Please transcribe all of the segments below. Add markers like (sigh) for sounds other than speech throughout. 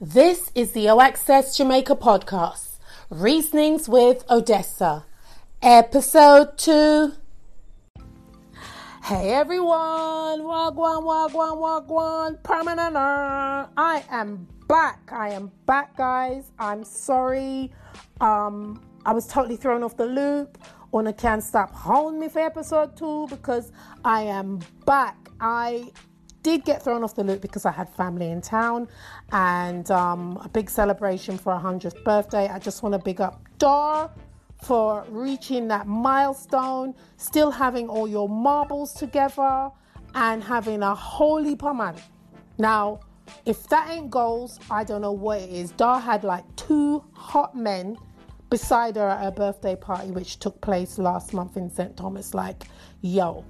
This is the OAccess Jamaica podcast, Reasonings with Odessa, episode two. Hey everyone, wagwan, wagwan, wagwan, permanent. I am back. I am back, guys. I'm sorry. Um, I was totally thrown off the loop. Una can't stop holding me for episode two because I am back. I did get thrown off the loop because I had family in town and um, a big celebration for her 100th birthday. I just want to big up Dar for reaching that milestone, still having all your marbles together, and having a holy pomade. Now, if that ain't goals, I don't know what it is. Dar had like two hot men beside her at her birthday party, which took place last month in St. Thomas. Like, yo,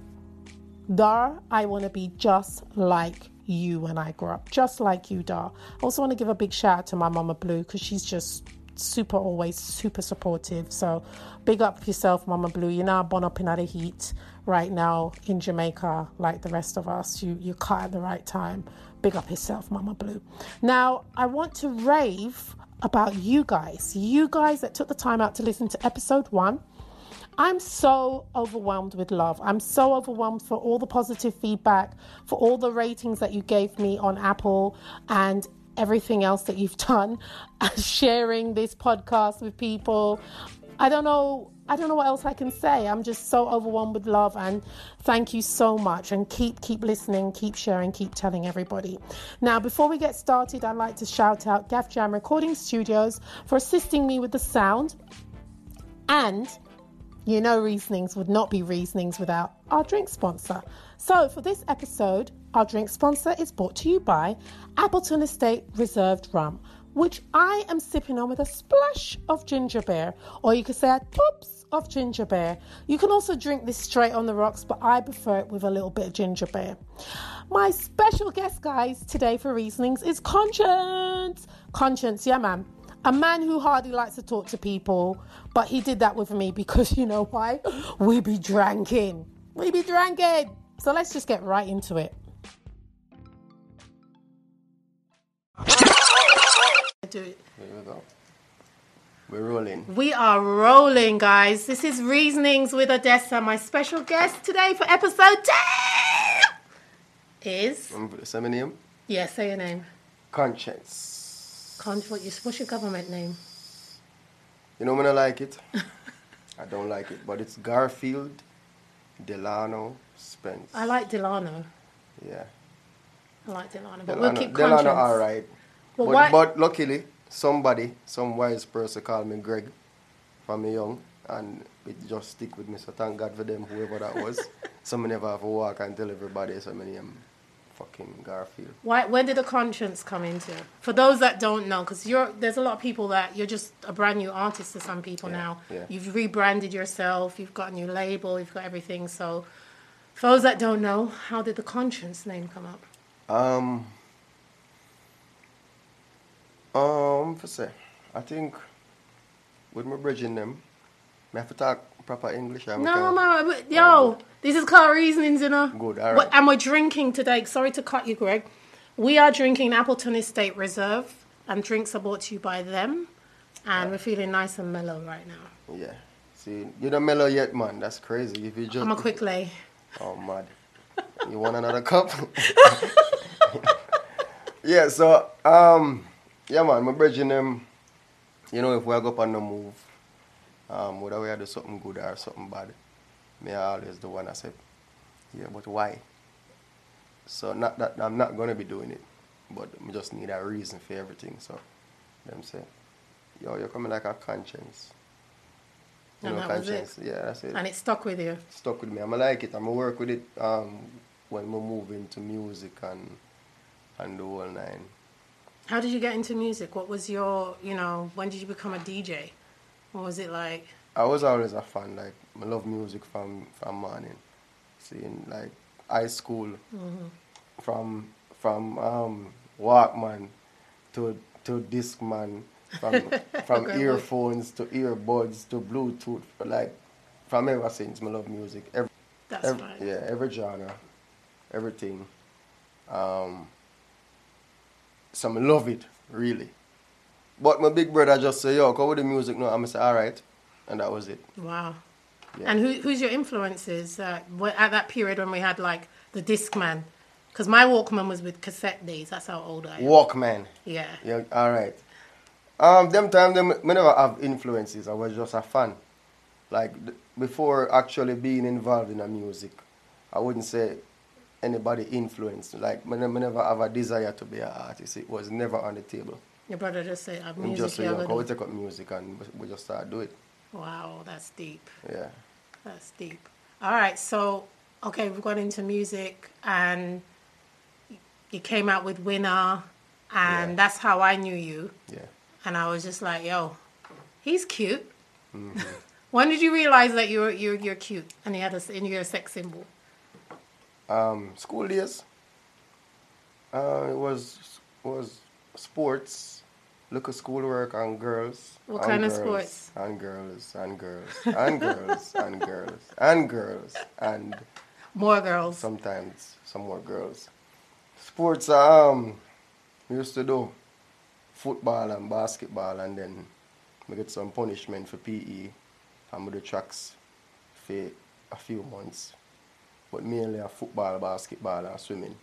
Dar, I want to be just like you when I grow up, just like you, Dar. I also want to give a big shout out to my mama Blue because she's just super always super supportive. So big up yourself, Mama Blue. You're now born up in other heat right now in Jamaica, like the rest of us. You you caught at the right time. Big up yourself, Mama Blue. Now I want to rave about you guys. You guys that took the time out to listen to episode one. I'm so overwhelmed with love. I'm so overwhelmed for all the positive feedback, for all the ratings that you gave me on Apple and everything else that you've (laughs) done, uh, sharing this podcast with people. I don't know. I don't know what else I can say. I'm just so overwhelmed with love and thank you so much and keep keep listening, keep sharing, keep telling everybody. Now, before we get started, I'd like to shout out Gaff Jam Recording Studios for assisting me with the sound and you know, reasonings would not be reasonings without our drink sponsor. So, for this episode, our drink sponsor is brought to you by Appleton Estate Reserved Rum, which I am sipping on with a splash of ginger beer, or you could say a tops of ginger beer. You can also drink this straight on the rocks, but I prefer it with a little bit of ginger beer. My special guest, guys, today for reasonings is Conscience. Conscience, yeah, ma'am a man who hardly likes to talk to people, but he did that with me because you know why? (laughs) We be drinking. We be drinking. So let's just get right into it. Do it. There we go. We're rolling. We are rolling, guys. This is Reasonings with Odessa. My special guest today for episode 10 is. Um, Say my name. Yeah, say your name. Conscience. Can't, what you- what's your government name? You know when I like it? (laughs) I don't like it, but it's Garfield Delano Spence. I like Delano. Yeah. I like Delano, but Delano, we'll keep conscience. Delano all right. Well, but, why- but luckily, somebody, some wise person called me Greg from me young, and it just stick with me. So thank God for them, whoever that (laughs) was. so me never have to walk and tell everybody so many um, fucking Garfield. Why, when did the conscience come into? it? For those that don't know, because you're there's a lot of people that you're just a brand new artist to some people Yeah, now. yeah. You've rebranded yourself. You've got a new label. You've got everything. So, for those that don't know, how did the conscience name come up? Um. Um, for say, I think with my bridging them, I have to talk proper English. I No, can't- no, no, yo, this is car reasonings, you know. Oh, Good, all What- right. And we're drinking today. Sorry to cut you, Greg. We are drinking Appleton Estate Reserve, and drinks are brought to you by them. And we're feeling nice and mellow right now. Yeah. See, you don't mellow yet, man. That's crazy. If you just. I'm a quick lay. Oh, mad. You want (laughs) another cup? yeah, so um yeah man, my bridging them, you know, if we go up on the move, um, whether we are do something good or something bad, me I always the one I say, Yeah, but why? So not that I'm not gonna be doing it, but I just need a reason for everything. So them say, Yo, you're coming like a conscience. You And know, that was it. conscience. Yeah, that's it And it stuck with you. stuck with me. I'm like it. I'm gonna work with it um, when we move into music and and the whole nine. How did you get into music? What was your, you know, when did you become a DJ? What was it like? I was always a fan. Like I love music from from morning, seeing like high school, from from um, Walkman to to Discman, from from Going earphones to earbuds to Bluetooth. Like from ever since, I love music. Every, That's Ev- right. Yeah, every genre, everything. Um, so I love it, really. But my big brother just say, yo, cover the music now. I'm say, all right. And that was it. Wow. Yeah. And who, who's your influences uh, wh- at that period when we had like the Discman? Because my Walkman was with cassette days. That's how old I am. Walkman. Yeah. Yeah, all right. Um, them time, them, me never have influences. I was just a fan. Like th- before actually being involved in the music, I wouldn't say anybody influenced. Like me, ne- me never have a desire to be an artist. It was never on the table. Your brother just said, "I'm I'm music." just so you're young. gonna We do." take up music and we- we just start do it. Wow, that's deep. Yeah. That's deep. All right, so okay, we've gone into music, and you came out with Winner, and Yeah. that's how I knew you. Yeah. And I was just like, "Yo, he's cute." Mm-hmm. (laughs) when did you realize that you're you're you're cute and you had a s- and you're a sex symbol? Um, school days. Uh, it was was sports. Look at schoolwork and girls. What and kind of girls, sports? And girls and girls and girls and girls and girls and More girls. sometimes some more girls. Sports. Um, we used to do football and basketball, and then we get some punishment for PE, and we do tracks for a few months. But mainly a football, basketball, and swimming.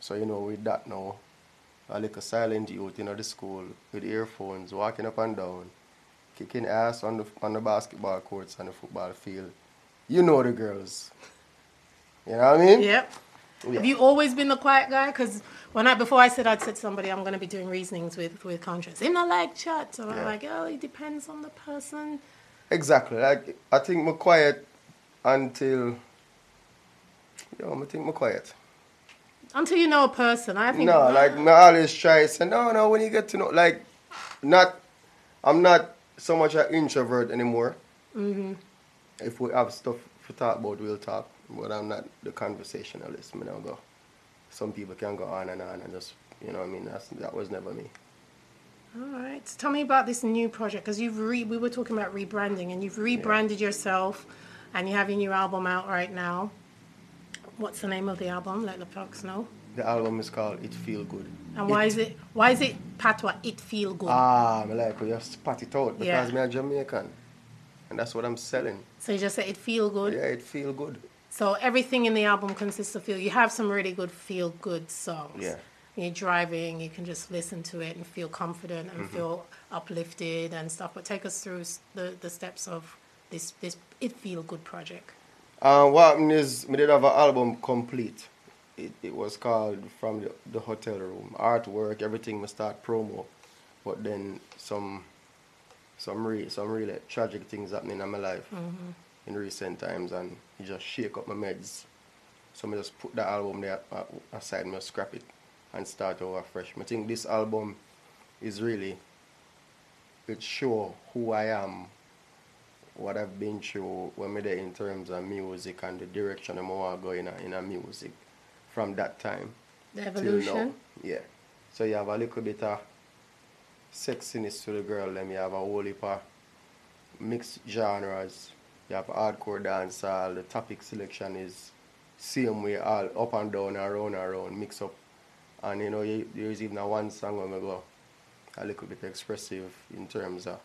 So you know, with that now, I like a silent youth in the school with earphones, walking up and down, kicking ass on the on the basketball courts and the football field. You know the girls. You know what I mean? Yep. Yeah. Have you always been the quiet guy? Because when I before I said I'd said to somebody I'm going to be doing reasonings with with conscience. In the like chat, and I'm Yeah. like, oh, it depends on the person. Exactly. Like I think I'm quiet until yo, I think I'm quiet. Until you know a person, I think. No, like I always try say no, no. When you get to know, like, not, I'm not so much an introvert anymore. Mm-hmm. If we have stuff to talk about, we'll talk. But I'm not the conversationalist. Me now go. Some people can go on and on and just, you know, what I mean, that's that was never me. All right. So tell me about this new project because you've re- we were talking about rebranding and you've rebranded yourself, and you have your new album out right now. What's the name of the album? Let the folks know. The album is called "It Feel Good." And why is it why is it Patwa? It feel good. Ah, me like we have spat it out because Yeah. me a Jamaican, and that's what I'm selling. so you just say it feel good. Yeah, it feel good. So everything in the album consists of feel. You have some really good feel good songs. Yeah. When you're driving, you can just listen to it and feel confident and Mm-hmm. feel uplifted and stuff. But take us through s- the, the steps of this this it feel good project. Uh, what happened is we did have an album complete. It, it was called From the, the Hotel Room. Artwork, everything we start promo. But then some some real some really tragic things happening in my life in recent times and it just shake up my meds. So I just put that album there uh, aside, me scrap it and start over fresh. I think this album is really it show who I am what I've been through when me there in terms of music and the direction I'm going go in a, in a music from that time The till now. evolution. Yeah. So you have a little bit of sexiness to the girl, then you have a whole heap of mixed genres. You have hardcore dancehall. The topic selection is same way all up and down, around around, mix up. And you know, you, there's even a one song when we go a little bit expressive in terms of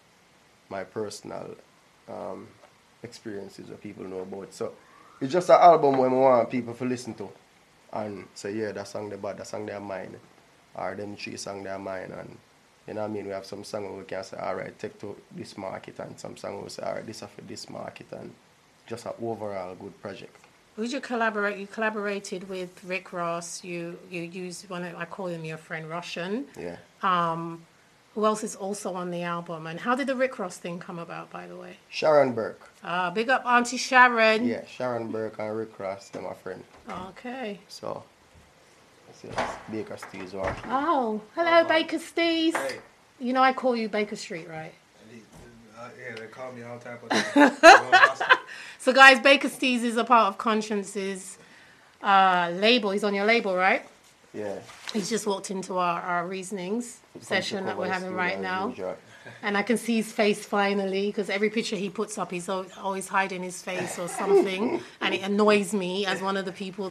my personal um, experiences that people know about. So It's just an album where I want people to listen to and say, yeah, that song they bad, that song they are mine. Or them three song they are mine. And you know what I mean? We have some song where we can say, all right, take to this market. And some song where we say, all right, this are for this market. And just an overall good project. Would you collaborate? You collaborated with Rick Ross. You you used one. Of, I call him your friend Russian. Yeah. Ah. Who else is also on the album? And how did the Rick Ross thing come about? By the way, Sharon Burke. uh, big up Auntie Sharon. Yeah, Sharon Burke and Rick Ross, they're my friend. Okay. So, let's see, that's Baker Steve's work. Oh, hello, Baker Steez. You know I call you Baker Street, right? Uh, yeah, they call me all type of things. You know, Boston- So, guys, Baker Steez is a part of Conscience's uh, label. He's on your label, right? Yeah. He's just walked into our, our reasonings session that we're having right now. And I can see his face finally because every picture he puts up, he's al- always hiding his face or (laughs) something. and it annoys me as one of the people.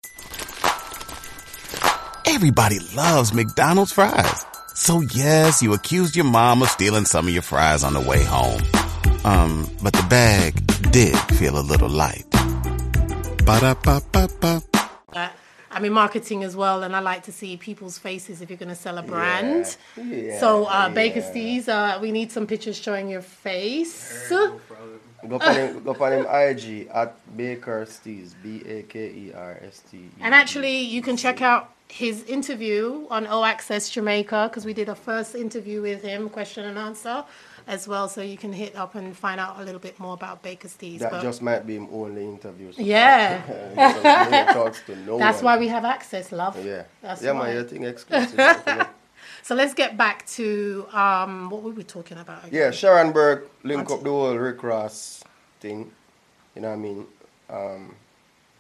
Everybody loves McDonald's fries. So yes, you accused your mom of stealing some of your fries on the way home. Um, but the bag did feel a little light. Ba-da-ba-ba-ba. That. I'm in marketing as well, and I like to see people's faces if you're going to sell a brand. Yeah, so, uh, Baker yeah. Steez, uh, we need some pictures showing your face. Go on him, go on him IG at Baker Steez, B A K E R S T E. And actually, you can check out his interview on O Access Jamaica because we did a first interview with him, question and answer, as well. So you can hit up and find out a little bit more about Baker Steez. that But just might be him only interview. so (laughs) yeah, far. No talks to (laughs) no that's why one. we have access, love. Yeah. that's yeah, why. man, your thing exclusive. yeah. So let's get back to um, what we were talking about. again. Yeah, Sharon Burke link up the whole Rick Ross thing. You know what I mean? Um,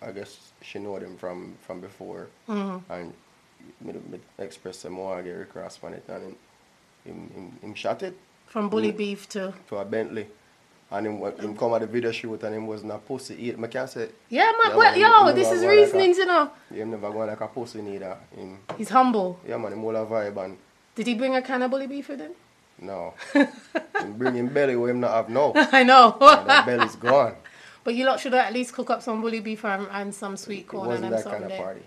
I guess she know them from from before, Mm-hmm. and me, me express some more. I get Rick Ross on it, and him, him, him, him shot it From bully beef to to a Bentley, and him, wa- him come at the video shoot, and him was not pussy eat. Me can't say yeah, my Yeah, well, man, you- yo, you this are is one like reasonings, a- you know. him never going like a pussy neither. Him, He's humble. yeah, man, him whole a vibe and Did he bring a can of bully beef with him? (laughs) no, him bring him belly where him not have no. I know, (laughs) And that belly's gone. but you lot should at least cook up some bully beef and, and some sweet It corn and wasn't and that something. kind of party.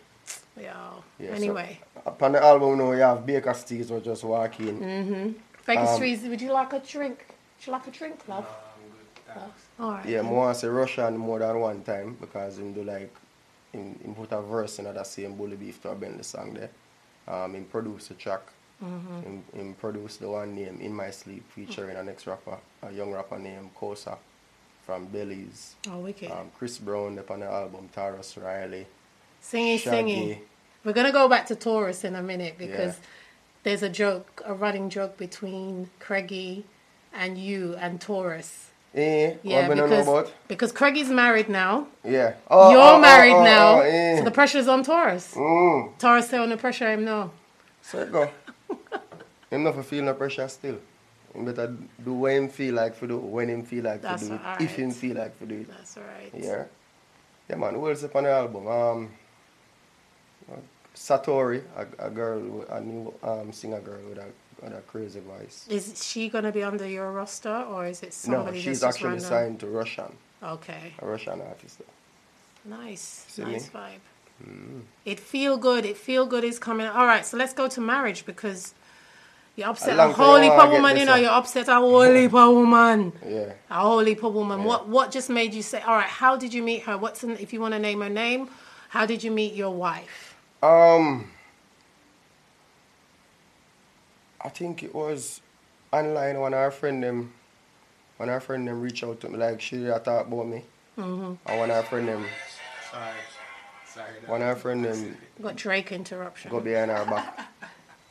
Yeah. Yeah, so- anyway, Upon the album, no, you have Baker Steez or just walking. Baker um, Street, would you like a drink? Would you like a drink, love? All right. Yeah, then. more say Russian more than one time because him do like him, him put a verse in that same bully beef to a Bentley song there. Um, him produce a track. Mm-hmm. Him, him produce the one name In My Sleep featuring an ex rapper, a young rapper named Kosa from Bellies. Oh, wicked. Um, Chris Brown up on the album, Taurus Riley, singing, Shaggy. singing. We're gonna go back to Taurus in a minute because Yeah. there's a joke, a running joke between Craigie and you and Taurus. Eh, Yeah, what we don't know because about? because Craigie's married now. Yeah. Oh, You're oh, oh, married oh, now, oh, eh. so the pressure's on Taurus. Mm. Taurus say on the pressure him no. So it go. (laughs) him not feel no pressure still. Him better do what him feel like for do when him feel like That's to do it, alright. if him feel like to do it. That's all right. Yeah. Yeah man, who else up on the album? Um Satori, a, a girl, with- a new um, singer girl with a, with a crazy voice. Is she gonna be under your roster or is it somebody no, she's that's just actually random? signed to Russian, Okay. a Russian artist. Nice, See nice me? vibe. Mm. It feel good. It feel good is coming. All right, so let's go to marriage because you're upset long a time whole heap I of wanna get woman. You this know, one. you're upset a whole (laughs) heap of woman. Yeah. A whole heap of woman. What what just made you say? All right, how did you meet her? What's in, if you want to name her name? How did you meet your wife? Um, I think it was online when our friend them, when our friend them reached out to me, like she had talk about me, mm-hmm. and when our friend them, Sorry. Sorry. that- when our friend them Got Drake interruption. (laughs) go behind our back,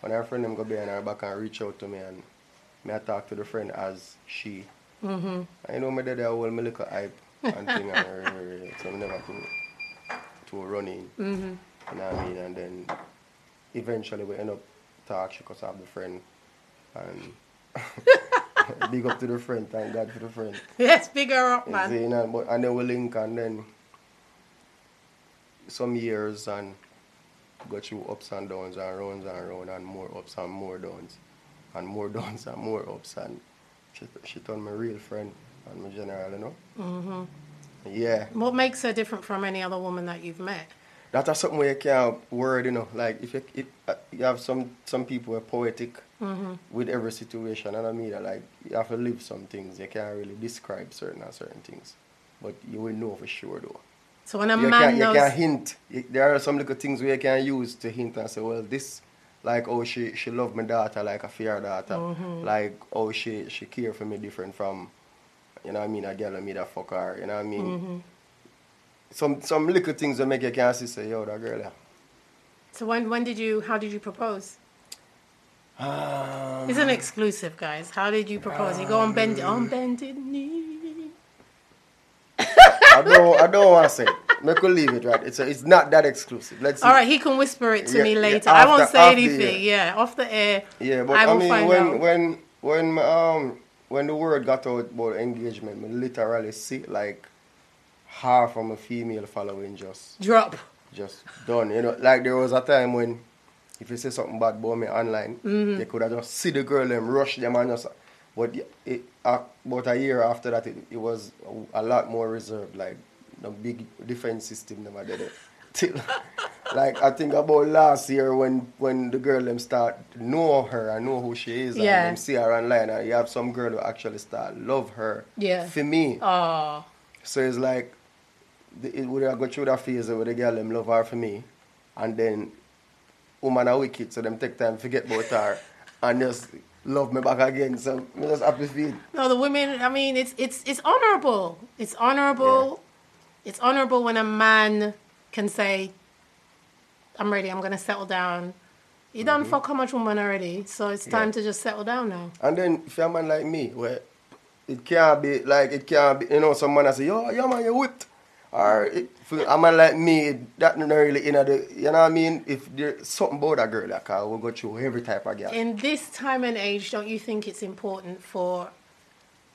when our friend them go behind our back and reach out to me, and me I talk to the friend as she. Mm-hmm. I know me did a whole me little hype and (laughs) thing, and eh, eh, eh, so I never too too running. Mm-hmm. You know what I mean? And then eventually we end up talk because I have the friend (laughs) and big up to the friend, thank God for the friend. Let's big her up, You man. see, you know, but and then we link and then some years and go through ups and downs and rounds and round and more ups and more downs and more downs and more ups and she she turned my real friend and my general, you know. Yeah. What makes her different from any other woman that you've met? That is something where you can't word, you know. Like if you if, uh, you have some some people are poetic with every situation, and I mean that like you have to live some things. You can't really describe certain and certain things, but you will know for sure though. So when a you man can you knows, can hint. You- There are some little things where you can use to hint and say, well, this, like oh she she love my daughter like a fear daughter, Mm-hmm. like oh she she care for me different from, you know what I mean a girl I mean that fuck her, you know what I mean. Mm-hmm. Some some little things that make you can see say yo that girl. Yeah. so when when did you? How did you propose? Um, It's an exclusive, guys. How did you propose? You go on bend Um, on bended knee. I don't I don't want to say. it. Make we leave it right. It's a, it's not that exclusive. Let's All right, he can whisper it to Yeah, me yeah, later. I after- won't say after, uh, anything. Yeah, off the air. Yeah, but I I, will mean, find when out. when when my, um when the word got out about engagement, I literally see like half of my female following just Drop. just done. You know, like there was a time when if you say something bad about me online, Mm-hmm. they could have just see the girl them rush them and just. But it, it uh, about a year after that, it, it was a, a lot more reserved. Like the big defense system never did it. (laughs) Till, like I think about last year when when the girl them start know her and know who she is Yeah. and them see her online and you have some girl who actually start love her. Yeah. For me. Oh, So it's like the, it would have go through that phase where the girl them love her for me, and then woman are wicked, so them take time forget about her, (laughs) and just love me back again. So me just happy feel. no, the women. I mean, it's it's it's honorable. It's honorable. It's honorable when a man can say, "I'm ready. I'm gonna settle down." You done Mm-hmm. fuck how much woman already, so it's time to just settle down now. And then if you're a man like me, where it can't be like it can't be, you know, some man I say, yo, yo man, you whipped. Or it, for a man like me, it- that not really you know the, you know what I mean. If there's something about a girl, like I will go through every type of girl. In this time and age, don't you think it's important for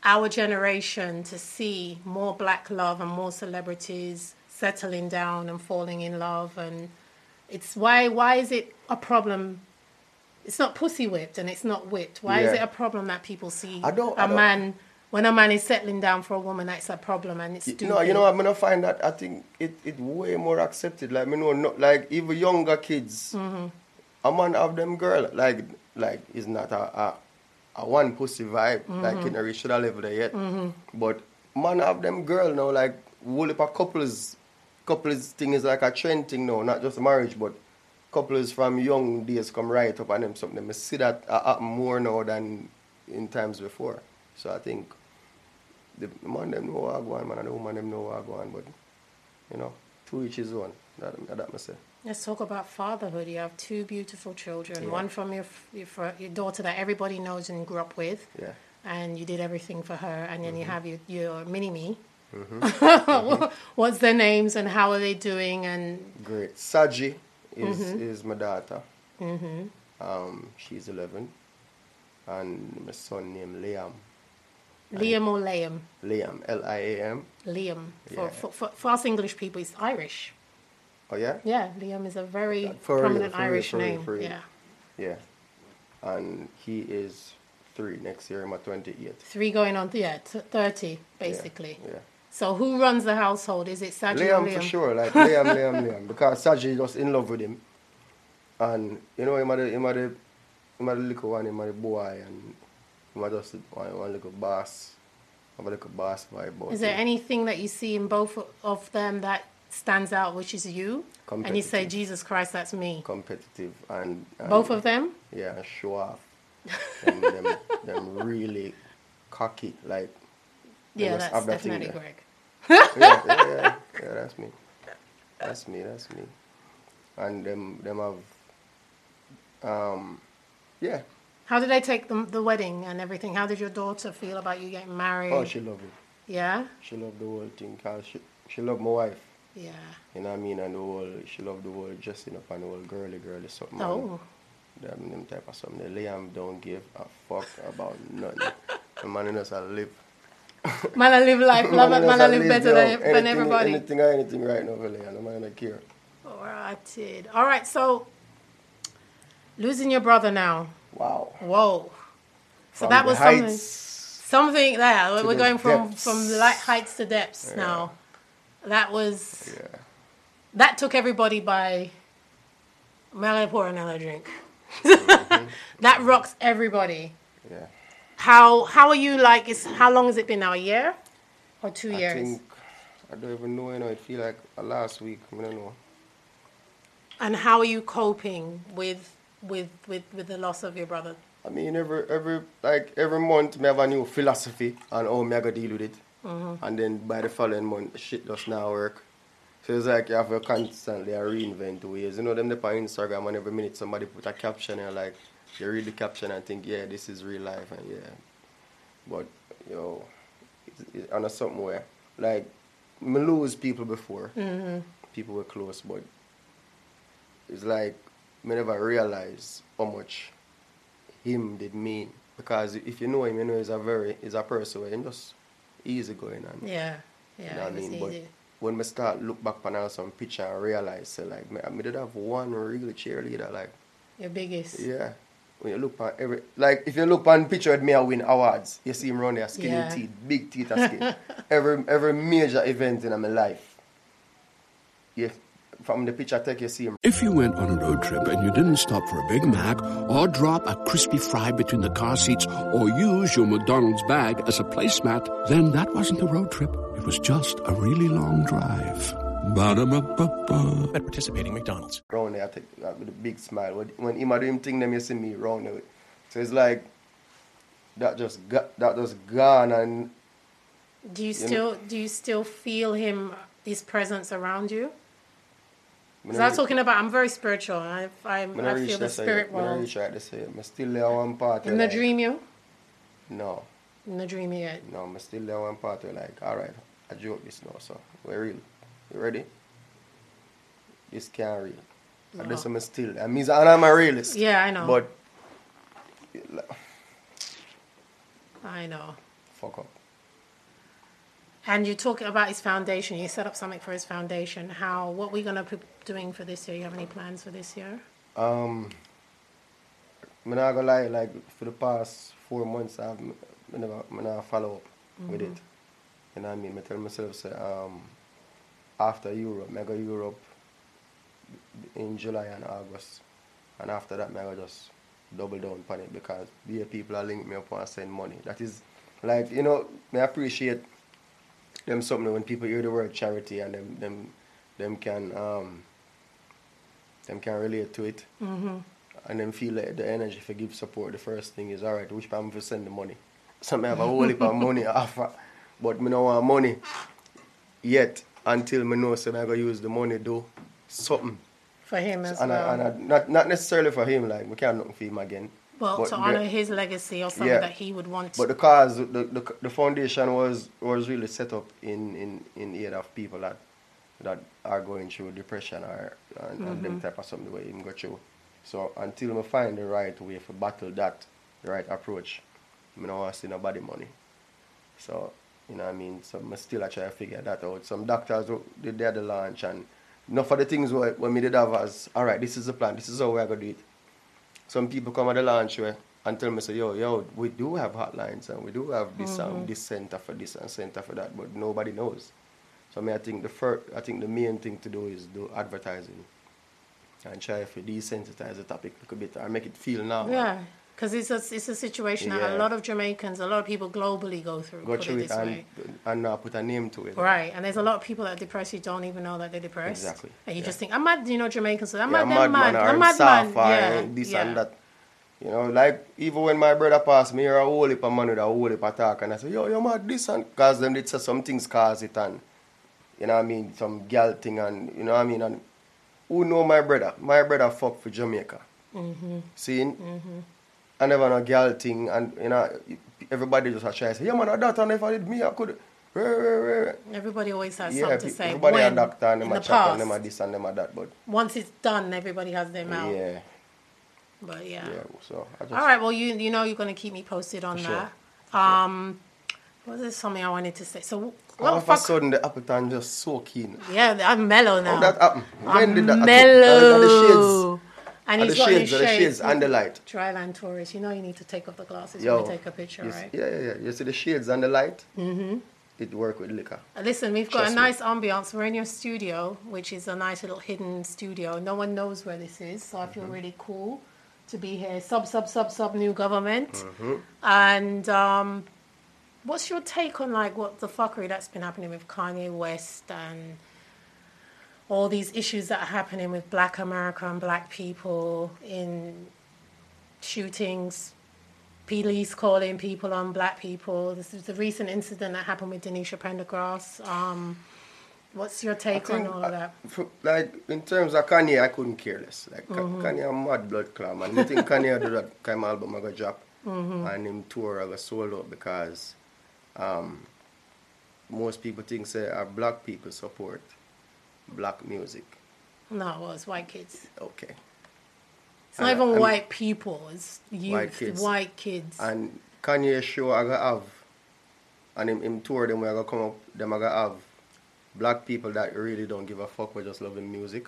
our generation to see more black love and more celebrities settling down and falling in love? And it's why why is it a problem? It's not pussy whipped and it's not whipped. Why is it Yeah. a problem that people see I don't- a I don't- man when a man is settling down for a woman? That's a problem and it's stupid. No, you know, I'm gonna find that I think it it way more accepted. Like, me know, not like even younger kids. Mm-hmm. A man have them girl like like is not a a, a one pussy vibe. Mm-hmm. Like, you know, reach that level there yet. But man have them girl now. Like, whole heap of couples, couples thing is like a trend thing now. Not just marriage, but couples from young days come right up and them something. I see that uh, happen more now than in times before. So I think the man them know what I go on, man, and the woman them know what I go on, but you know, to each his own. That that I say. Let's talk about fatherhood. You have two beautiful children. One from your, f- your fr- your daughter that everybody knows and grew up with. Yeah. Mm-hmm. and you did everything for her, and then you have your, your mini me. (laughs) What's their names and how are they doing? And Great. Saji is is my daughter. Mm-hmm. Um, she's eleven. And my son named Liam. Liam or Liam? Liam, L I A M. Liam. For, Yeah. for, for, for us English people, it's Irish. Oh yeah? Yeah, Liam is a very For real, prominent for real, Irish for real, name. for real. Yeah. Yeah. And he is three. Next year I'm twenty eight. Three going on, yeah, t- 30, basically. Yeah. So who runs the household? Is it Sajid or Liam, Liam? for sure, like Liam, Liam, Liam, because Saji just in love with him, and you know him a the him a the him a the little one, him a the boy, and him a just one, one little boss, have a little boss vibe. about Is there him. anything that you see in both of them that stands out, which is you? And you say, Competitive. Jesus Christ, that's me. competitive and, and Both of them? yeah, and show (laughs) off, and them, them really cocky, like They Yeah, must that's have that thing definitely there. Greg. yeah, yeah, yeah, yeah, that's me, that's me, that's me, and them them have um yeah, How did they take the, the wedding and everything? How did your daughter feel about you getting married? oh she love it. yeah, She loved the whole thing 'cause she, she loved my wife. yeah. You know what I mean? And the whole, she loved the whole dressing up and the whole girly girly something. and Oh, Them, them type of something. The Liam don't give a fuck about nothing. (laughs) the man knows how to live. man, I live life, love it, man, I live better yo. than, than Anything- everybody. Anything or anything right now for Liam. The man don't care. All right, all right. So losing your brother now. Wow. Whoa. So From that the was something, heights something there. We're the going from depths. from light heights to depths now. That was Yeah. that took everybody by Mele pour another drink. Mm-hmm. (laughs) that rocks everybody. Yeah. How how are you like it's how long has it been now? A year? Or two I years? think I don't even know, you know, it feel like uh, last week, I don't know. And how are you coping with with with, with the loss of your brother? I mean every every like every month me have a new philosophy on how me I gotta deal with it. And then by the following month shit does not work. So it's like you have to constantly reinvent ways. You know them up on Instagram and every minute somebody put a caption and like you read the caption and think, yeah, this is real life and yeah. But yo, it's, it's on a something where like me lose people before. People were close, but it's like me never realize how much him did mean because if you know him, you know he's a very he's a person where him just easy going and Yeah. you know Yeah. what I it was mean. But easy. when we start look back on some picture and realize say like me, me did have one real cheerleader like Your biggest. yeah. When you look on every like if you look on picture with me I win awards, you see him run there skinny Yeah. teeth, big teeth and (laughs) skin. every every major event in my life. Yeah. From the picture I take you see him If you went on a road trip and you didn't stop for a Big Mac or drop a crispy fry between the car seats or use your McDonald's bag as a placemat, then that wasn't a road trip. It was just a really long drive. Ba-da-ba-ba-ba. At participating McDonald's. round there, I take like, with a big smile. When, when him a do him thing, them you see me round there. So it's like that just got that just gone, and Do you You know- still do you still feel him his presence around you? when Because I I'm re- talking about I'm very spiritual. I I'm, when I I reach feel the this, I- spirit when I world. reach out, they say, "I'm still there one part." In the like, dream you? No, In the dream you. no, I'm still there one part. Where, like, all right, I joke this now, so we're real. You ready? This can't real. I just I'm still. I mean, and I'm a realist. Yeah, I know. But I know. fuck up. And you talk about his foundation. You set up something for his foundation. How? What we gonna be doing for this year? You have any plans for this year? Um, I'm not gonna lie, like for the past four months, I've m- I never, I never follow up with it. You know what I mean? I tell myself, say, um, after Europe, I go Europe in July and August, and after that, I go just double down on it because the people are linking me up and send money. That is, like you know, I appreciate them something when people hear the word charity and them them them can um them can relate to it and then feel like the energy for give support the first thing is all right which I'm for send the money (laughs) some have a whole heap of money offer but me no want money yet until me know say me I go use the money do something For him as and, well. I, and I, not not necessarily for him like we can't nothing for him again well, but to the- honor his legacy or something Yeah. that he would want. but the cause, the, the, the foundation was, was really set up in, in, in aid of people that that are going through depression or and, and them type of something where even go through. So until I find the right way for battle that, the right approach, I don't want to see nobody money. So, you know what I mean? So I'm still trying to figure that out. Some doctors wo- did they had the launch and enough of the things where when we did have was, all right, this is the plan, this is how we're gonna do it some people come at the launch where and tell me say, yo, yo, we do have hotlines and we do have this Mm-hmm. um, this center for this and center for that, but nobody knows. So I mean, I think the first, I think the main thing to do is do advertising and try to desensitize the topic a little bit and make it feel now. yeah, because it's a it's a situation that a Yeah. lot of Jamaicans, a lot of people globally go through. Go put through it it this and way. and now put a name to it. Right, and there's a lot of people that are depressed who don't even know that they're depressed. Exactly, And you yeah. just think, I'm mad, you know, Jamaicans, so I'm Yeah, mad, they're mad, or I'm I'm mad, man. soft or Yeah, this yeah. and that. You know, like even when my brother passed me, here a whole heap of man with a whole heap of talk and I say, yo, you mad this and cause them did say some things cause it and you know what I mean, some girl thing and you know what I mean and who know my brother? My brother fuck for Jamaica. Mm-hmm. Seeing? I never know girl thing and you know everybody just a try to say, Yeah man, I that and if I did me I could eh, eh, eh. Everybody always has Yeah, something pe- to say. everybody a when, doctor and in them the a chat and them a past. this and them a that, but Once it's done, everybody has their mouth. yeah, But yeah. yeah. So I just All right. Well, you you know you're gonna keep me posted on For sure. that. Um, was there something I wanted to say? So All what the of a fuck? sudden, the appetite just so keen. yeah, I'm mellow now. How that happen? I'm did that happen? mellow. And the And shades, and he's the got shades, his and the shades. shades, and the light. Dryland tourist, you know you need to take off the glasses Yo, when we take a picture, you see- right? yeah, yeah, yeah. You see the shades and the light. Mm-hmm. it work with liquor. Listen, we've got Trust a me. nice ambiance. We're in your studio, which is a nice little hidden studio. No one knows where this is, so I feel Mm-hmm. really cool to be here. Sub, sub, sub, sub, new government. Mm-hmm. And um, what's your take on like what the fuckery that's been happening with Kanye West and all these issues that are happening with Black America and Black people in shootings, police calling people on black people. This is the recent incident that happened with Denisha Pendergrass. Um, what's your take on all I- of that? f- like in terms of Kanye, I couldn't care less. Like Ka- Mm-hmm. Kanye, a mad blood clam, and you think Kanye do that kind of album I got drop, Mm-hmm. and him tour I got sold out because um, most people think say are black people support black music. No, it was white kids. Okay, It's not Uh, even I'm- white people. It's youth, white White kids. kids. and Kanye show I got have, and him, him tour them where I got come up, them I got have black people that really don't give a fuck, we just love the music.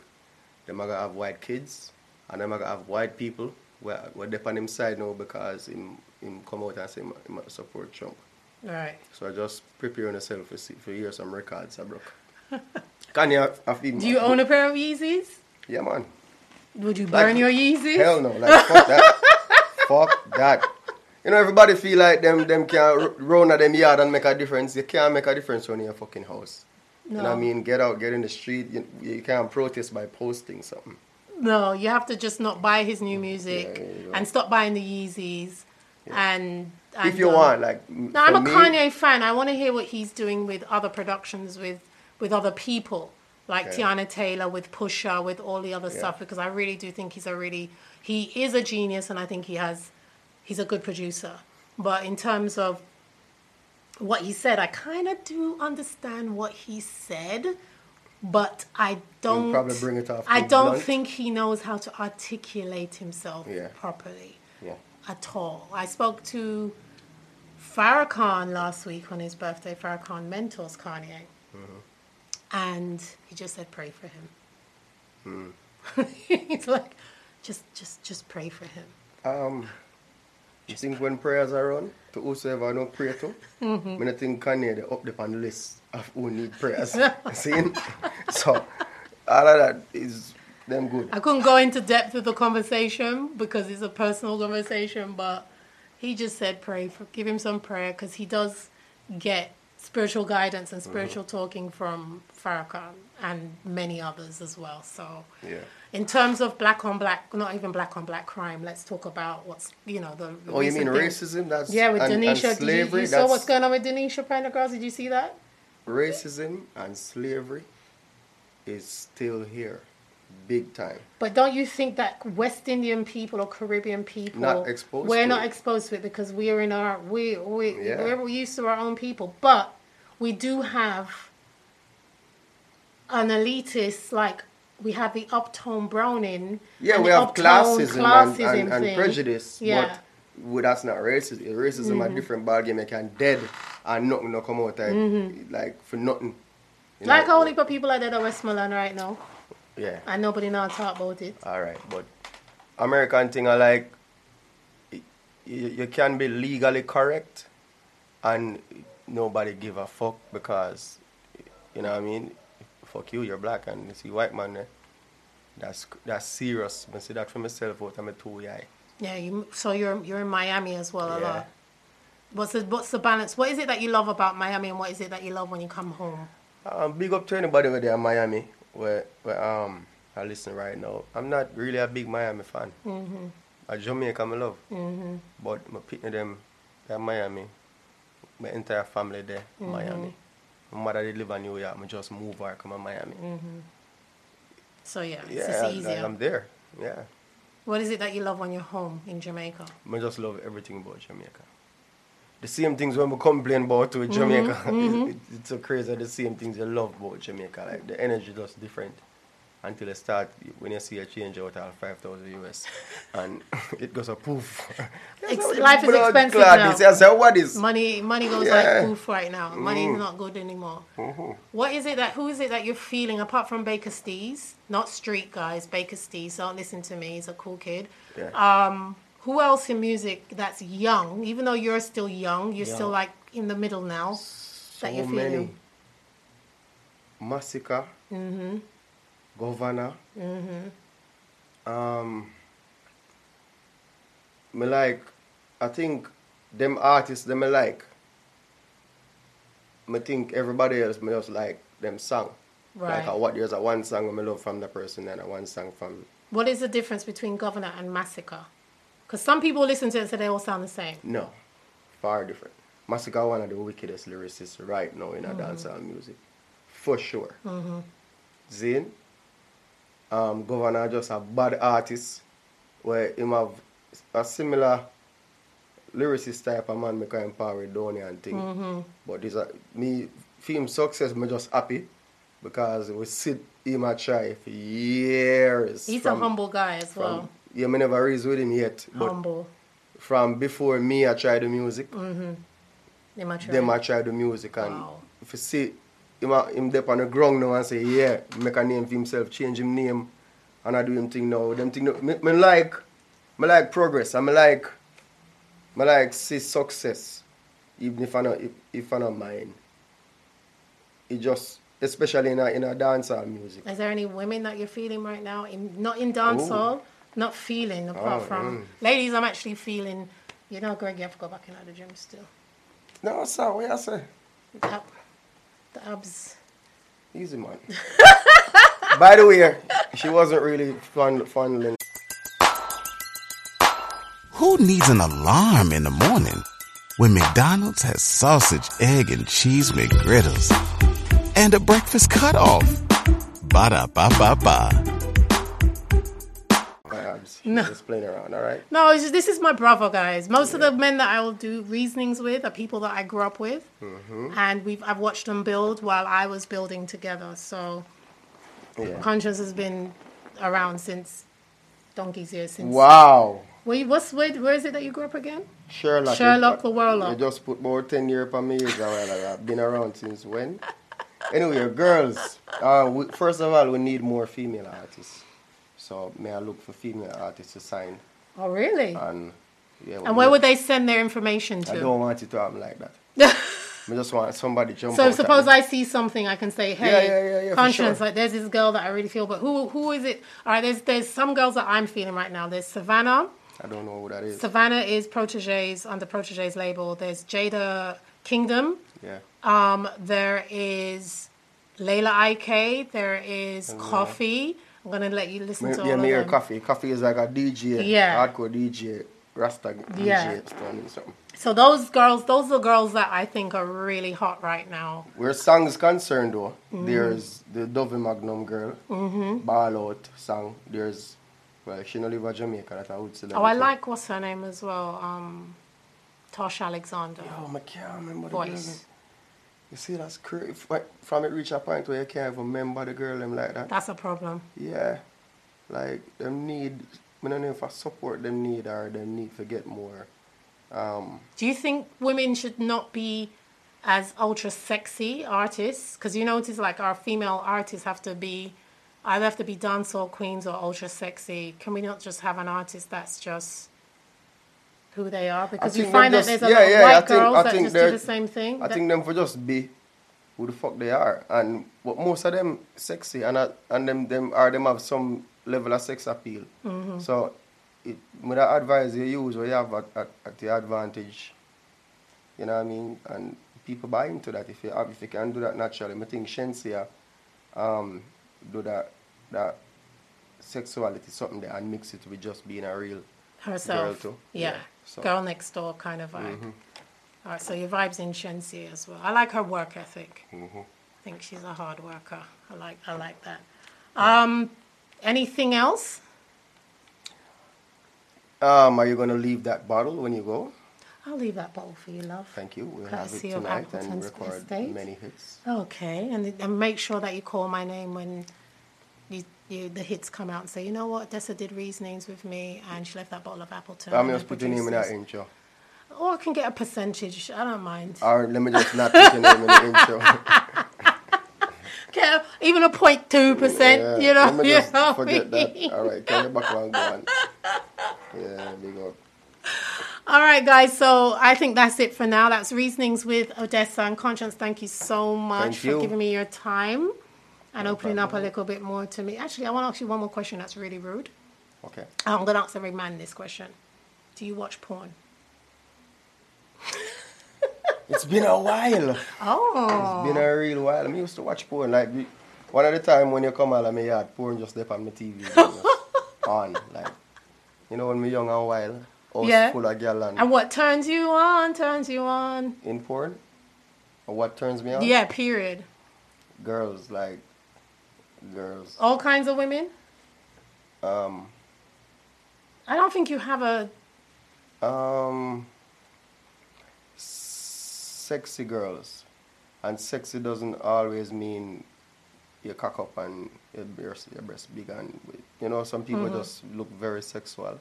Them I got have white kids, and them I got have white people where where they on him side now because him him come out and say him, him support Trump. right? So I just preparing myself for see, for hear some records I (laughs) broke. Kanye, I, I feel Do you own a pair of Yeezys? Yeah, man. Would you burn Like- your Yeezys? Hell no, like fuck that. fuck that. You know, everybody feel like them them can r- run at them yard and make a difference. You can't make a difference when you're your fucking house. You know what I No. mean? Get out, get in the street. You, you can't protest by posting something. No, you have to just not buy his new music and stop buying the Yeezys. And, and if you um, want, like m- No, I'm for a me, Kanye fan. I want to hear what he's doing with other productions with with other people, like Yeah. Tiana Taylor, with Pusha, with all the other stuff. Because I really do think he's a really he is a genius, and I think he has he's a good producer. But in terms of what he said, I kind of do understand what he said, but I don't. probably bring it off I too don't blunt. think he knows how to articulate himself Yeah. properly Yeah. at all. I spoke to Farrakhan last week on his birthday. Farrakhan mentors Kanye, and he just said, "Pray for him." (laughs) He's like, "Just, just, just pray for him." Um, you think when prayers are on to whosoever I don't pray to, mm-hmm. I think Kanye they up there on the list of who need (laughs) prayers. See? (laughs) So all of that is them good. I couldn't go into depth of the conversation because it's a personal conversation, but he just said, "Pray for, give him some prayer," because he does get spiritual guidance and spiritual Mm-hmm. talking from Farrakhan and many others as well. So. Yeah. In terms of black on black, not even black on black crime, let's talk about what's you know the. the Oh, you mean recent things. racism? That's Yeah, with and, and Denisha. did you, slavery. you saw that's what's going on with Denisha Pendergrass? Did you see that? racism and slavery is still here, big time. But don't you think that West Indian people or Caribbean people Not exposed We're to not it. exposed to it because we're in our we we Yeah. we're used to our own people, but we do have an elitist like we have the uptone Browning. Yeah, and we the have uptone classism, classism and, and, and thing. prejudice, Yeah. but well, that's not racism. Racism a different ballgame. It can dead and nothing no come out like, like for nothing. You like know? only but people like that are Westmoreland right now. yeah. And nobody know how to talk about it. All right, but American thing I like. y- You, you can be legally correct, and nobody give a fuck because, you know what I mean. Fuck you, you're black, and you see white man there. That's that's serious. I see that for myself out of my two eye. Yeah, you, so you're you're in Miami as well a Yeah. lot. What's the what's the balance? What is it that you love about Miami, and what is it that you love when you come home? Um, big up to anybody over there in Miami where, where um I listen right now. I'm not really a big Miami fan. Mm-hmm. A Jamaica I love, mm-hmm. but my picking them at Miami. My entire family there, Miami. My mother did live in New York. I just moved her come to Miami. So yeah, it's Mm-hmm. Yeah, just I- I- easier. I'm there. Yeah, What is it that you love when you're home in Jamaica? I just love everything about Jamaica. The same things when we complain about with Mm-hmm, Jamaica, (laughs) it's, it's so crazy. The same things you love about Jamaica, like the energy just different. Until it start, when you see a change out of five thousand (laughs) US, and (laughs) it goes a poof. Ex- life is Blood expensive clot, now. it's just like, what is? Money money goes Yeah. Mm-hmm. like poof right now. Money is not good anymore. What is it that who is it that you're feeling apart from Baker Stees? Not street guys, Baker Stees. Don't listen to me. He's a cool kid. Um, Yeah. Who else in music that's young? Even though you're still young, you're still like in the middle now. So you're feeling. many. Massacre, Mm-hmm. Governor. Mm-hmm. Um, me like, I think them artists them me like. Me think everybody else me just like them song. Right. Like I, what there's a one song me love from the person and a one song from What is the difference between governor and massacre? Because some people listen to it and say they all sound the same. no, far different. Masika one of the wickedest lyricists right now in a Mm-hmm. dancehall music, for sure. Zayn, um, Governor just a bad artist where him have a similar lyricist type of man me can empower Donny and thing. Mm-hmm. But this a, me for him success me just happy because we sit him a try for years. He's from- a humble guy as From, well. yeah, me never raised with him yet. But humble. from before me, I tried the music. They might try. Them I tried the music, and Wow. if you see him, a- him there on the ground now and say, yeah, make a name for himself, change him name, and I do him thing now. Them thing, now- me, me like, me like progress. and me like, me like see success, even if I not, if, if I not mind. It just, especially in a in a dancehall music. Is there any women that you're feeling right now? In, not in dancehall, not feeling, apart Oh, from. Ladies, I'm actually feeling. You know, Greg, you have to go back into the gym still. No, sir, what you say? The, ab- the abs. Easy man. (laughs) By the way, she wasn't really fond fondling Who needs an alarm in the morning when McDonald's has sausage, egg, and cheese McGriddles and a breakfast cutoff? Ba da ba ba ba. my abs. No. Just playing around, all right? No, it's just, this is my brother, guys. Most of the men that I will do reasonings with are people that I grew up with, Mm-hmm. and we've I've watched them build while I was building together. So Yeah. conscience has been around since donkey's years. Since Wow. Wait, what's where, where is it that you grew up again? Sherlock. Sherlock the warlock. You just put more 10 year upon me. Is all right. I've been around since when? Anyway, girls, uh, we, first of all, we need more female artists. So, may I look for female artists to sign? Oh, really? And, yeah, and where would they send their information I to? don't want it to happen like that. (laughs) I just want somebody jump out So at suppose me. I see something, I can say, "Hey, yeah, yeah, yeah, for conscience, sure. like there's this girl that I really feel." But who who is it? All right, there's there's some girls that I'm feeling right now. There's Savannah. I don't know who that is. Savannah is Protege's under Protege's label. There's Jada Kingdom. yeah. Um, there is Layla IK. There is Coffee. I'm gonna let you listen Me, to Mm-hmm. yeah, all me hear of them. coffee. Coffee is like a DJ, Yeah. hardcore DJ, Rasta DJ, Yeah. stone something. So those girls, those are girls that I think are really hot right now. Where song is concerned, though, Mm-hmm. there's the Dovey Magnum girl, Ball Out song. There's, well, she no live in Jamaica, that I would say. Oh, I like what's her name as well. Um, Tosh Alexander. Oh, I can't remember the girl. Voice. name. You see, that's crazy. From it reach a point where you can't even remember the girl them like that. That's a problem. Yeah. Like, them need, I don't know if I support them need or them need to get more. Do you think women should not be as ultra sexy artists? Because you notice, like our female artists have to be either have to be dancehall queens or ultra sexy. Can we not just have an artist that's just who they are? Because you think them find that there's just- a yeah, lot of yeah, I white think- girls I that think just do they're- the same thing. I That- think them for just be who the fuck they are, and what most of them sexy, and I, and them them are them have some level of sex appeal. So, it would I advise you use what you have at, at, at the advantage. You know what I mean? And people buy into that if you have, if you can do that naturally. I think Shensia, um, do that that sexuality something there and mix it with just being a real. herself. girl too. Yeah. Yeah, so- Mm-hmm. Girl next door kind of vibe. All right, so your vibe's in Shensi as well. I like her work ethic. Mm-hmm. I think she's a hard worker. I like I like that. Um, anything else? Um, are you gonna leave that bottle when you go? I'll leave that bottle for you, love. Thank you. We'll have it Courtesy of tonight and Appleton's record Estate. many hits. Okay, and, and make sure that you call my name when you, you, the hits come out and say, you know what, Dessa did reasonings with me and she left that bottle of Appleton. I'm and just the putting him in that producers." intro. Or I can get a percentage. I don't mind. Or let me just not put your name (laughs) in the intro. Get a- even a 0.2 percent. you know, Let (laughs) me you just know what I forget mean? that. All right, carry back one, go on. Yeah, big up. All right, guys. So I think that's it for now. That's Reasonings with Odessa and Conscience. Thank you so much Thank for you. giving me your time and No opening up a problem. little bit more to me. Actually, I want to ask you one more question that's really rude. Okay. I'm going to ask every man this question Do you watch porn? It's been a while. Oh. It's been a real while. I used to watch porn. Like we- one of the time when you come out of my yard, porn just there on my TV. just (laughs) on. Like you know when me young and wild, house Yeah. full of girl and And what turns you on? Turns you on. in porn. Or what turns me on? Yeah, period. Girls, like girls. All kinds of women. Oh. Um I don't think you have a. um sexy girls. And sexy doesn't always mean you cock up and your breast, your breast big and you know some people Mm-hmm. just look very sexual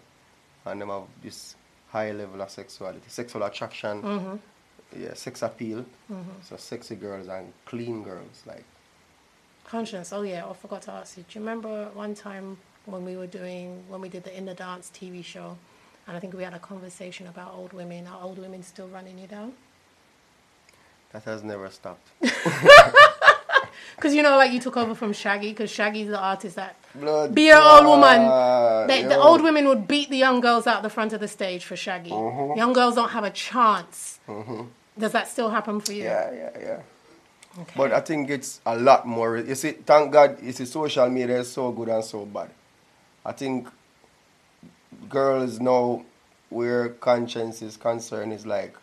and them have this high level of sexuality, sexual attraction, Mm-hmm. yeah, sex appeal. So sexy girls and clean girls, like Conscience. Oh yeah, I forgot to ask you. Do you remember one time when we were doing when we did the In the Dance TV show, and I think we had a conversation about old women. Are old women still running you down? that has never stopped. Because you know, like you took over from Shaggy, because Shaggy's the artist that Blood (laughs) be an old woman. clot, They, the yo. old women would beat the young girls out the front of the stage for Shaggy. Mm-hmm. Young girls don't have a chance. Does that still happen for you? Yeah, yeah, yeah. Okay. But I think it's a lot more. You see, thank God, you see, social media is so good and so bad. I think girls know where conscience is concerned is like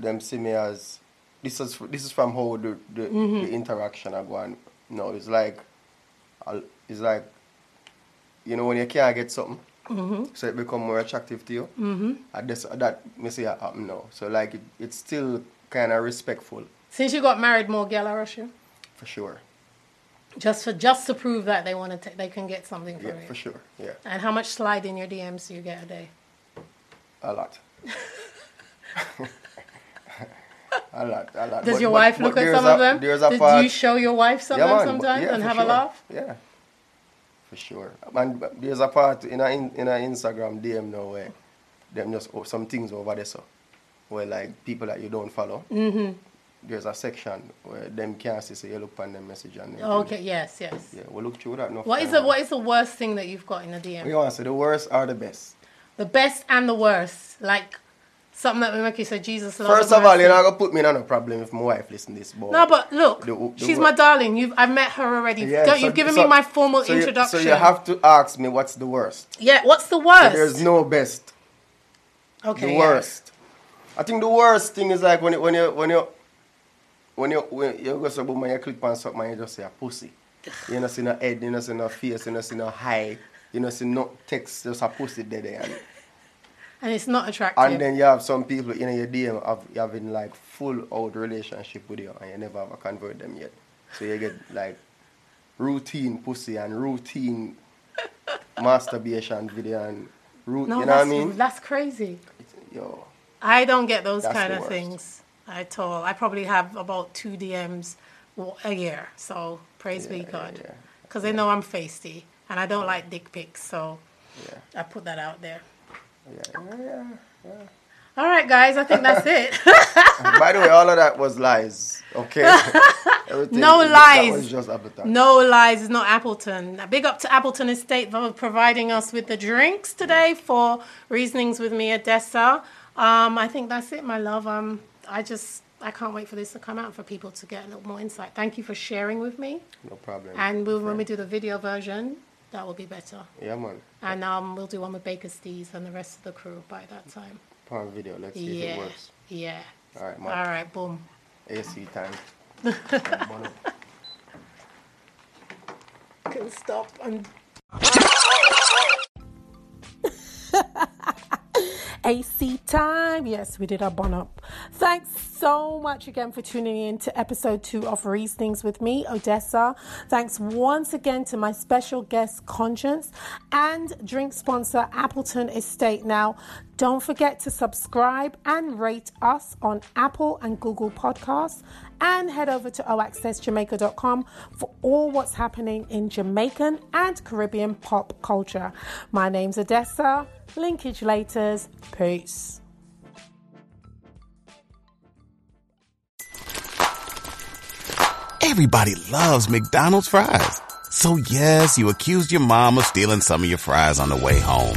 them see me as this is this is from how the the, the interaction I go on. No, it's like I'll- it's like you know when you can't get something, so it become more attractive to you. Mm-hmm. And that's, that me see that happen now. So like it, it's still kind of respectful Since you got married, more gal are rushing. for sure. Just for just to prove that they want to, they can get something from Yeah, you. for sure. Yeah, And how much slide in your DMs do you get a day? a lot. (laughs) a lot, a lot. Does But- your but- wife but look at there's some a- of them? There's a Did part, you show your wife something man, but- sometimes yeah, and for have a sure. laugh? Yeah, for sure. Man, but there's a part in a in, in a Instagram DM now where them just oh, some things over there so where like people that you don't follow. Mm-hmm. There's a section where them can't see so you look on them message and them Okay, yes, yes. Yeah, we look through that. No What is the what is the worst thing that you've got in the DM? We want to say the worst are the best. The best and the worst, like something that will make you say Jesus. Lord First have of all, you're mercy. not gonna put me in a problem if my wife listen this. But No, but look, The- the she's wor- my darling. You've I've met her already. Yeah, Don't, so- you've given so- me my formal so you- introduction. so you have to ask me what's the worst. yeah. What's the worst? There's no best. okay, the yeah. worst. I think the worst thing is like when you when you when you when you when you go so boom and you click on something and you just say a pussy. You know see no head, you know see no face, you know see no high, you know see no text, just a pussy there there. And, And it's not attractive. and then you have some people in your DM have you having like full out relationship with you and you never ever convert them yet. So you get like routine pussy and (laughs) routine masturbation video and root no, you know what I that's, mean? that's crazy. Yo. I don't get those That's kind the of worst. things at all. I probably have about two DMs w- a year. So praise be Yeah, yeah, God, yeah. because they know I'm feisty and I don't like dick pics. So Yeah. I put that out there. Yeah, yeah. All right, guys. I think that's (laughs) it. (laughs) By the way, all of that was lies. Okay. Everything- No That was lies. just advertising. No lies, it's not Appleton. Now, Big up to Appleton Estate for providing us with the drinks today for reasonings with me, Odessa. Um, I think that's it, my love. Um, I just I can't wait for this to come out for people to get a little more insight. Thank you for sharing with me, No problem. and we'll, when we do the video version, that will be better. yeah, man. And um, we'll do one with Baker Steves and the rest of the crew by that time. Porn video. Let's see if it Yeah, works. yeah. All right, All man. right, boom. AC time. Bono. (laughs) Can stop (laughs) and AC time. Yes, we did our bon up. Thanks so much again for tuning in to episode two of Reasonings with me, Odessa. Thanks once again to my special guest, Conscience, and drink sponsor, Appleton Estate. Now, don't forget to subscribe and rate us on Apple and Google Podcasts, and head over to oaccessjamaica.com for all what's happening in Jamaican and Caribbean pop culture. My name's Odessa. Linkage laters. Peace. Everybody loves McDonald's fries. So yes, you accused your mom of stealing some of your fries on the way home.